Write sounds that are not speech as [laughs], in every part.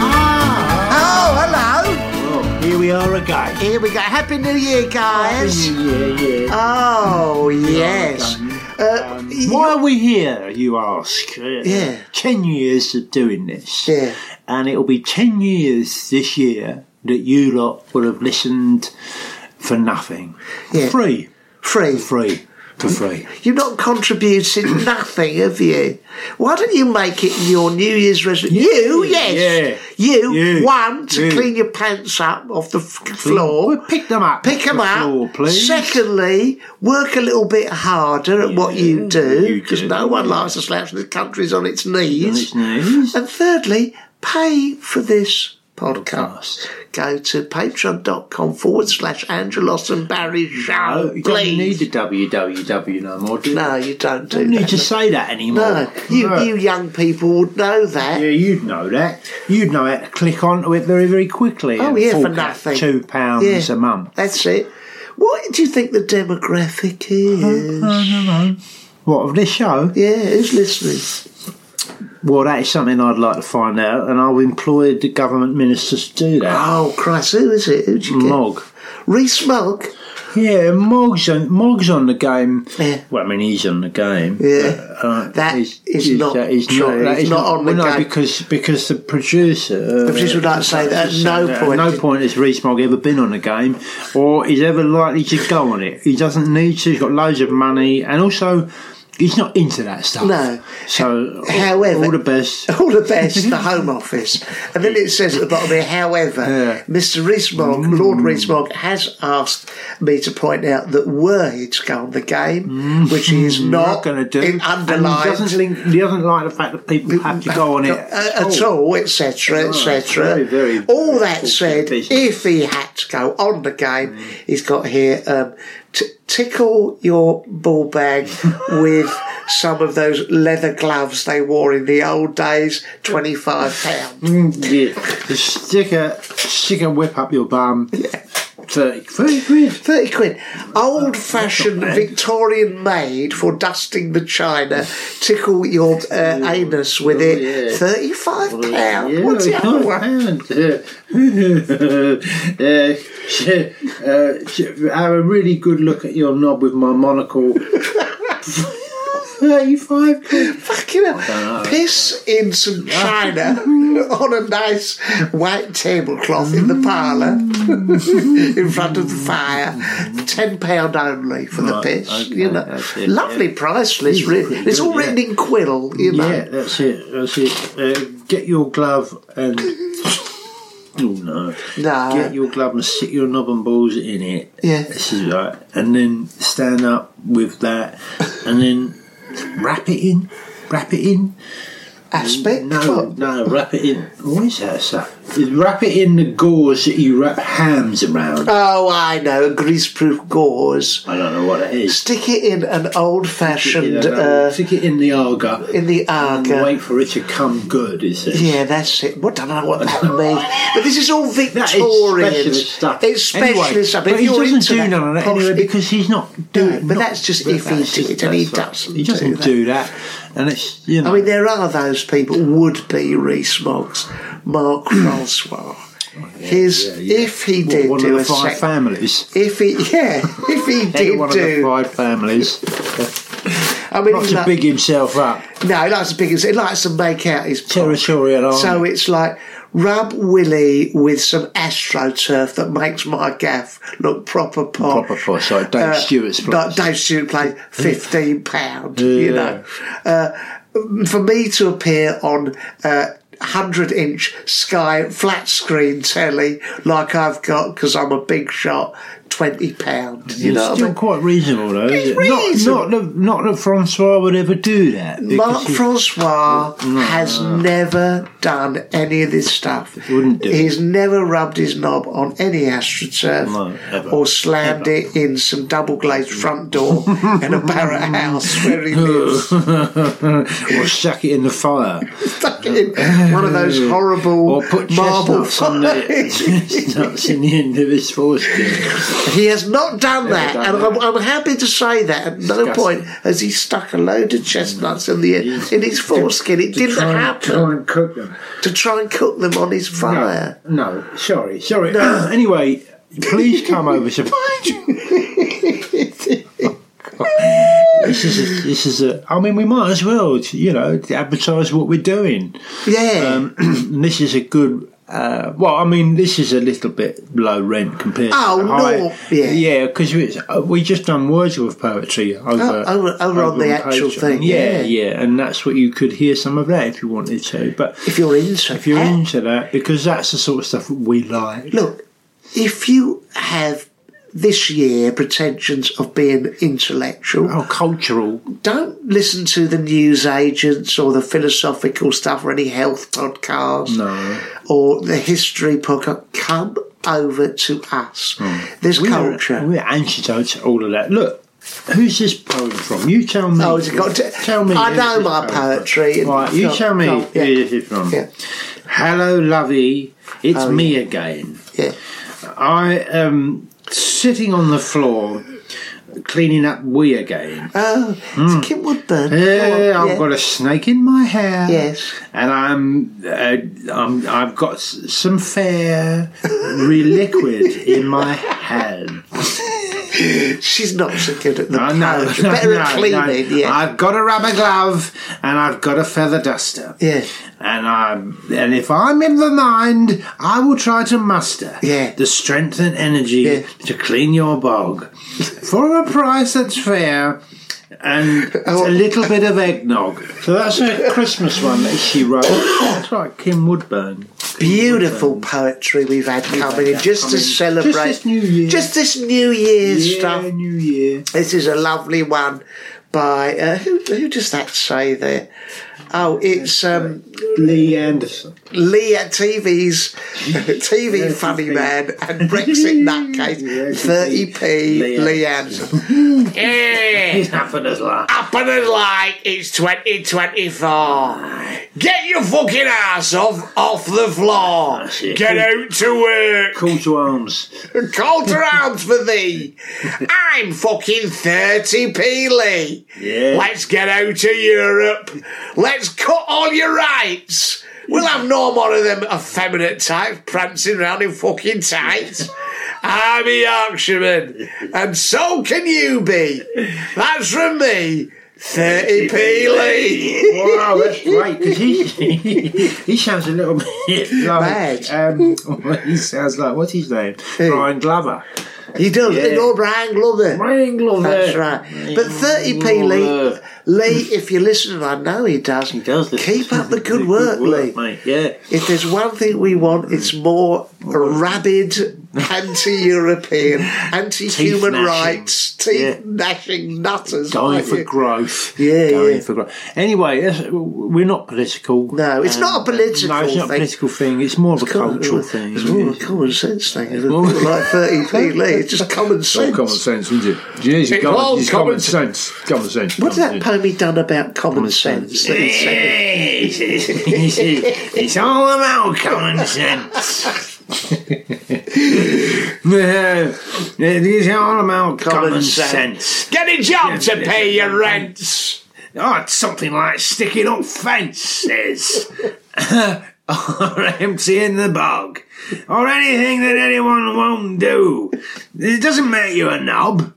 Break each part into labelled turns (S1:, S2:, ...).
S1: Oh, hello.
S2: Oh, Here we are again.
S1: Here we go. Happy New Year, guys.
S2: Yeah, yeah.
S1: Oh, yes. Uh,
S2: Um,
S1: you-
S2: why are we here, you ask? Uh,
S1: Yeah.
S2: Ten years of doing this.
S1: Yeah.
S2: And it'll be ten years this year that you lot will have listened for nothing.
S1: Yeah.
S2: Free.
S1: Free.
S2: Free. For free.
S1: You've not contributed
S2: [coughs]
S1: nothing, have you? Why don't you make it your New Year's resolution? You, yes.
S2: Yeah.
S1: You,
S2: You.
S1: one, to
S2: You.
S1: clean your pants up off the f- floor.
S2: Well, pick them up.
S1: Pick them
S2: The
S1: up.
S2: floor, please.
S1: Secondly, work a little bit harder at what you do
S2: you
S1: because
S2: do.
S1: no one likes a slouch. The country's on its knees.
S2: It's nice.
S1: And thirdly, pay for this podcast. Go to patreon.com forward slash Angelos and Barry Show.
S2: Oh, you don't need
S1: Please.
S2: the www no more, do you?
S1: No, you don't do
S2: You don't
S1: that.
S2: need to say that anymore.
S1: no, you,
S2: Look.
S1: you young people would know that.
S2: Yeah, you'd know that. You'd know how to click onto it very, very quickly.
S1: Oh,
S2: and
S1: yeah, for
S2: fork out
S1: nothing.
S2: Two pounds
S1: Yeah.
S2: a month.
S1: That's it. What do you think the demographic is?
S2: Mm-hmm. What of this show?
S1: yeah, who's listening?
S2: Well, that is something I'd like to find out, and I've employed the government ministers to do that.
S1: Oh, Christ, who is it? Who'd you get?
S2: Mog.
S1: Reese Mogg?
S2: Yeah, Mog's on, Mog's on the game.
S1: Yeah.
S2: Well, I mean, he's on the game. uh,
S1: Yeah. That is not true.
S2: that
S1: He's
S2: is
S1: not on the
S2: well, no,
S1: game.
S2: because because the producer. uh, The
S1: producer would like to say that at no point.
S2: no point has Reece Mogg ever been on the game, or is ever likely to go on it. He doesn't need to. He's got loads of money, and also. He's not into that stuff.
S1: No.
S2: So, all-
S1: However-
S2: all the best.
S1: [laughs] All the best, the Home Office. And then it says at the bottom here, however, Mr. Rees-Mogg,
S2: Mm.
S1: Lord Rees-Mogg, has asked me to point out that were he to go on the game, which he is not,
S2: Mm. Hmm, not going to do.
S1: in
S2: And he
S1: underlined
S2: doesn't, link, he doesn't like the fact that people have to go on it
S1: uh,
S2: Oh,
S1: at, at all, etc., etc.
S2: very, very
S1: all that
S2: awkward
S1: said,
S2: business.
S1: if he had to go on the game,
S2: Mm.
S1: he's got here um, t- tickle your ball
S2: [laughs]
S1: bag with some of those leather gloves they wore in the old days, twenty five pounds.
S2: Mm. Yeah. Just stick a stick a whip up your bum. Thirty, thirty quid.
S1: 30 quid.
S2: [laughs]
S1: Old fashioned Victorian maid for dusting the china. Tickle your uh, anus with it.
S2: Mm. Oh,
S1: 35
S2: yeah.
S1: pounds.
S2: Yeah,
S1: What's the
S2: yeah,
S1: other one?
S2: [laughs] and, uh, uh, sh- have a really good look at your knob with my monocle. Thirty-five quid.
S1: Fucking hell. Piss in some china [laughs] on a nice white tablecloth in the parlour [laughs] in front of the fire. £10 only for the
S2: Right,
S1: piss.
S2: okay,
S1: you know.
S2: that's it,
S1: Lovely
S2: yeah.
S1: price list,
S2: It's
S1: really.
S2: pretty
S1: It's all
S2: good,
S1: written
S2: yeah.
S1: in quill, you know.
S2: Yeah, that's it. That's it. Uh, get your glove and. Oh no.
S1: No.
S2: Get your glove and stick your knob and balls in it.
S1: Yeah.
S2: This is right. And then stand up with that and then wrap it in. Wrap it in.
S1: Aspect.
S2: No, no, wrap it in. What is that stuff? Wrap it in the gauze that you wrap hams around.
S1: Oh, I know, greaseproof gauze.
S2: I don't know what it is.
S1: Stick it in an old fashioned,
S2: You know,
S1: uh,
S2: stick it in the arga.
S1: in the
S2: and
S1: arga.
S2: wait for it to come good, is it?
S1: Yeah, that's it. What I don't know what
S2: [laughs]
S1: that means. But this is all
S2: That is
S1: Victorian.
S2: specialist stuff.
S1: It's specialist
S2: Anyway,
S1: stuff.
S2: But
S1: If
S2: he
S1: you're
S2: doesn't
S1: into
S2: do
S1: that
S2: none of that
S1: posh-
S2: anyway because he's not doing.
S1: but
S2: not-
S1: that's just if he
S2: that's
S1: did,
S2: just-
S1: and he
S2: that's right.
S1: doesn't
S2: He doesn't
S1: do that. Oh,
S2: do that. And it's, you know,
S1: I mean, there are those people, would be Reese Moggs, Mark
S2: [clears throat]
S1: Francois. His,
S2: Oh, yeah, yeah.
S1: if he
S2: Well,
S1: did
S2: one
S1: do
S2: of the
S1: a
S2: five
S1: sec-
S2: families.
S1: if he, [laughs] yeah, if he
S2: Any
S1: did
S2: one of the
S1: do, [laughs]
S2: five families.
S1: I mean,
S2: Not
S1: he
S2: to
S1: like-
S2: big himself up.
S1: no, he likes to big, he likes to make out his pop.
S2: Territorial army.
S1: So it's like rub Willie with some astroturf that makes my gaff look proper pop.
S2: Proper for so Dave Stewart's
S1: Like
S2: place.
S1: Dave Stewart
S2: [laughs]
S1: played fifteen pound. You know, uh, for me to appear on. Uh, 100 inch sky flat screen telly like I've got because I'm a big shot 20 pound you know what
S2: it's
S1: I
S2: still
S1: mean?
S2: quite reasonable, though, is
S1: It's
S2: it?
S1: reasonable.
S2: Not, not, that, not that Francois would ever do that.
S1: Marc
S2: because he-
S1: Francois has never done any of this stuff.
S2: wouldn't do
S1: He's never rubbed his knob on any astroturf
S2: No, ever.
S1: or slammed it in some double glazed front
S2: [laughs]
S1: door in a barrack house where he lives.
S2: [laughs] or stuck it in the fire. [laughs]
S1: Stuck it in one of those horrible
S2: Or put
S1: marble [laughs]
S2: chestnuts on the, chestnuts in the end of his foreskin.
S1: He has not done that,
S2: done
S1: and I'm, I'm happy to say that at no
S2: Disgusting.
S1: point has he stuck a load of chestnuts in the in his foreskin. It didn't
S2: Try and-
S1: happen
S2: try and cook them.
S1: to try and cook them on his fire.
S2: No, sorry, sorry. [clears throat] anyway, please come over
S1: [laughs]
S2: to This is a, this is a. I mean, we might as well, you know, advertise what we're doing.
S1: Yeah.
S2: Um, [clears throat] and this is a good. Uh, well, I mean, this is a little bit low rent compared.
S1: Oh,
S2: to the
S1: no,
S2: high-
S1: yeah.
S2: yeah, because we just done Wordsworth poetry over
S1: Oh, over- over on the actual
S2: Patreon.
S1: thing, yeah.
S2: Yeah, yeah, and that's what you could hear some of that if you wanted to. But
S1: if you're into
S2: if you're
S1: that,
S2: into that, because that's the sort of stuff that we like.
S1: look, if you have this year pretensions of being intellectual,
S2: Our Oh, cultural
S1: don't listen to the news agents or the philosophical stuff or any health podcast
S2: No.
S1: or the history podcast. Come over to us.
S2: Oh.
S1: There's
S2: we're-
S1: culture.
S2: We're antidote to all of that. Look, who's this poem from? You tell me.
S1: Oh, has it got to-
S2: tell me.
S1: I
S2: who's
S1: know
S2: this
S1: my
S2: poem
S1: poetry.
S2: From. Right, you
S1: No,
S2: tell me.
S1: no, yeah.
S2: Who this is from?
S1: Yeah. Oh,
S2: Hello, lovey. It's me again.
S1: yeah.
S2: I am sitting on the floor, cleaning up wee again.
S1: Oh, it's Kim Woodburn.
S2: Hmm. Yeah,
S1: Go on,
S2: I've got a snake in my hair.
S1: Oh, Yes.
S2: and I'm, uh, I'm I've got s- some fair reliquid in my hand.
S1: [laughs] She's not so good at the
S2: [laughs] I
S1: poetry.
S2: know,
S1: Better at
S2: no, no.
S1: cleaning, yeah.
S2: I've got a rubber glove and I've got a feather duster.
S1: Yeah.
S2: And I'm and if I'm in the mind, I will try to muster
S1: Yeah.
S2: the strength and energy
S1: Yeah.
S2: to clean your bog. For a price that's fair
S1: [laughs]
S2: and
S1: Oh.
S2: a little bit of eggnog. So that's a Christmas one that she wrote. That's right, Kim Woodburn.
S1: beautiful poetry we've had coming in just to
S2: coming.
S1: celebrate
S2: Just this New Year.
S1: just this New Year's
S2: Yeah,
S1: stuff.
S2: New Year.
S1: This is a lovely one by uh, who, who does that say there? Oh, it's um,
S2: Lee Anderson.
S1: Lee at TV's [laughs] TV funny man and
S2: [laughs]
S1: Brexit nutcase
S2: Yeah,
S1: thirty p
S2: Lee
S1: Lee Anderson.
S2: [laughs]
S1: Yeah,
S2: He's up for this laugh.
S1: happen as like it's twenty twenty four. Get your fucking ass off off the floor.
S2: That's it.
S1: out to work.
S2: Call to arms.
S1: Cold rounds for thee. I'm fucking 30 peely.
S2: Yeah.
S1: E. Let's get out of Europe. Let's cut all your rights. We'll have no more of them effeminate types prancing round in fucking tights. I'm a Yorkshireman, and so can you be. That's from me, 30 peely.
S2: Wow, that's great
S1: [laughs]
S2: because he, he sounds a little bit like um, [laughs] he sounds like what's his name Brian Glover.
S1: He does,
S2: Yeah.
S1: yeah. Brian Glover.
S2: Brian Glover.
S1: That's right. But 30p Lee,
S2: Glover.
S1: Lee, if you're listening, I know he does.
S2: He does this-
S1: Keep up the good work, Lee.
S2: mate. Yeah,
S1: If there's one thing we want, it's more rabid anti-European, anti-human
S2: Teeth-gnashing.
S1: rights, teeth
S2: Yeah.
S1: gnashing nutters.
S2: going
S1: aren't
S2: for
S1: you?
S2: growth.
S1: Yeah,
S2: going
S1: yeah.
S2: for growth. Anyway, that's, we're not political. Um,
S1: No, it's not a political
S2: No, it's
S1: thing.
S2: not a political thing. It's more of a
S1: Common-
S2: cultural thing.
S1: It's more of a common sense thing. It's
S2: more-
S1: like 30p Lee. It's just common sense.
S3: common sense, isn't it? Jeez,
S1: It's
S3: it's common,
S1: all
S3: it's
S1: common
S3: common, sense. Common sense.
S1: What's that pony done about common, sense? that he said?
S2: [laughs] it's all about common sense. [laughs] it's all about common,
S1: sense.
S2: sense.
S1: Get a job to pay your rents.
S2: Oh, it's something like sticking up fences [laughs] or emptying the bog or anything that anyone won't do. It doesn't make you a [laughs] knob.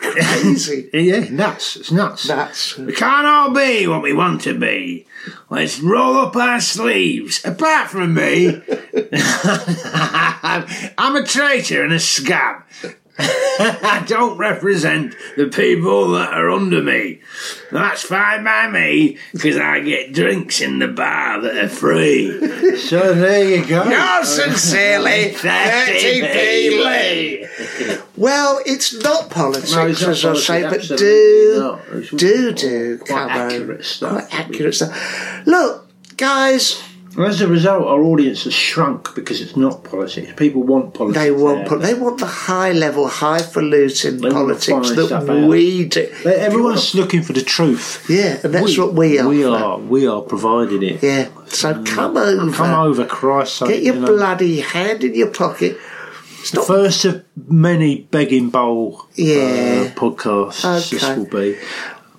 S1: Crazy.
S2: Yeah, nuts. It's nuts.
S1: That's
S2: We can't all be what we want to be. Let's roll up our sleeves. Apart from me, [laughs] I'm a traitor and a scab. [laughs] I don't represent the people that are under me. That's fine by me, because I get drinks in the bar that are [laughs] free.
S4: So there you go.
S1: Yours sincerely,
S2: [laughs]
S1: 30p Lee. Well, it's not politics,
S2: No, it's not
S1: as I
S2: politics,
S1: say, but
S2: absolutely
S1: do,
S2: not. It's
S1: do, do,
S2: quite
S1: come on.
S2: accurate stuff.
S1: Quite accurate stuff. Look, guys,
S2: Well, as a result, our audience has shrunk because it's not politics. People want politics.
S1: they want
S2: now.
S1: po- they want the high level, highfalutin
S2: They want to
S1: politics
S2: find
S1: that
S2: stuff out.
S1: we do.
S4: They- Everyone's looking for the truth.
S1: yeah, and that's what we are.
S4: We are. We are providing it.
S1: Yeah,
S2: Mm.
S1: so come over,
S4: Come over, Christ's sake.
S1: get your
S4: you know.
S1: bloody hand in your pocket.
S4: The first of many begging bowl
S1: Yeah.
S4: uh, podcasts.
S1: Okay.
S4: This will be.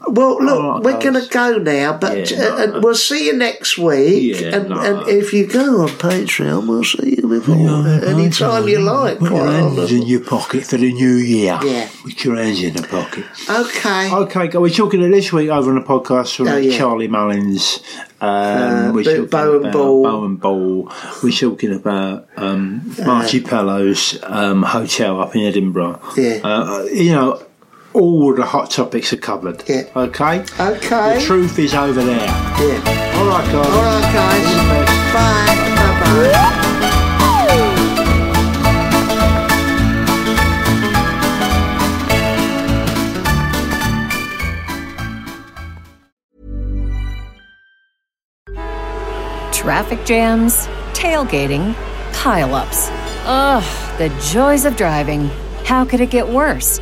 S1: Well, look,
S4: All right,
S1: we're going to
S4: guys.
S1: go now, but
S4: Oh, Yeah,
S1: uh, and we'll see you next week.
S4: Yeah,
S1: and,
S4: no.
S1: and if you go on Patreon, we'll see you before any time you like.
S4: Put your
S1: quite
S4: hands
S1: honestly.
S4: in your pocket for the new year.
S1: Yeah.
S4: Put your hands in the pocket.
S1: Okay.
S4: Okay, go- we're talking this week over on the podcast from
S1: Oh, yeah.
S4: Charlie Mullins. Um, we're
S1: but
S4: talking
S1: Bow and
S4: about
S1: Ball.
S4: Bow and Ball. We're talking about um,
S1: Uh,
S4: Marty Pello's um, hotel up in Edinburgh.
S1: Yeah.
S4: Uh, you know, all the hot topics are covered.
S1: Yeah.
S4: Okay?
S1: Okay.
S4: The truth is over there.
S1: Yeah.
S4: All right, guys.
S1: All right,
S4: All the
S1: guys.
S4: best.
S1: Bye. Bye-bye.
S5: Traffic jams, tailgating, pileups. Ugh, the joys of driving. How could it get worse?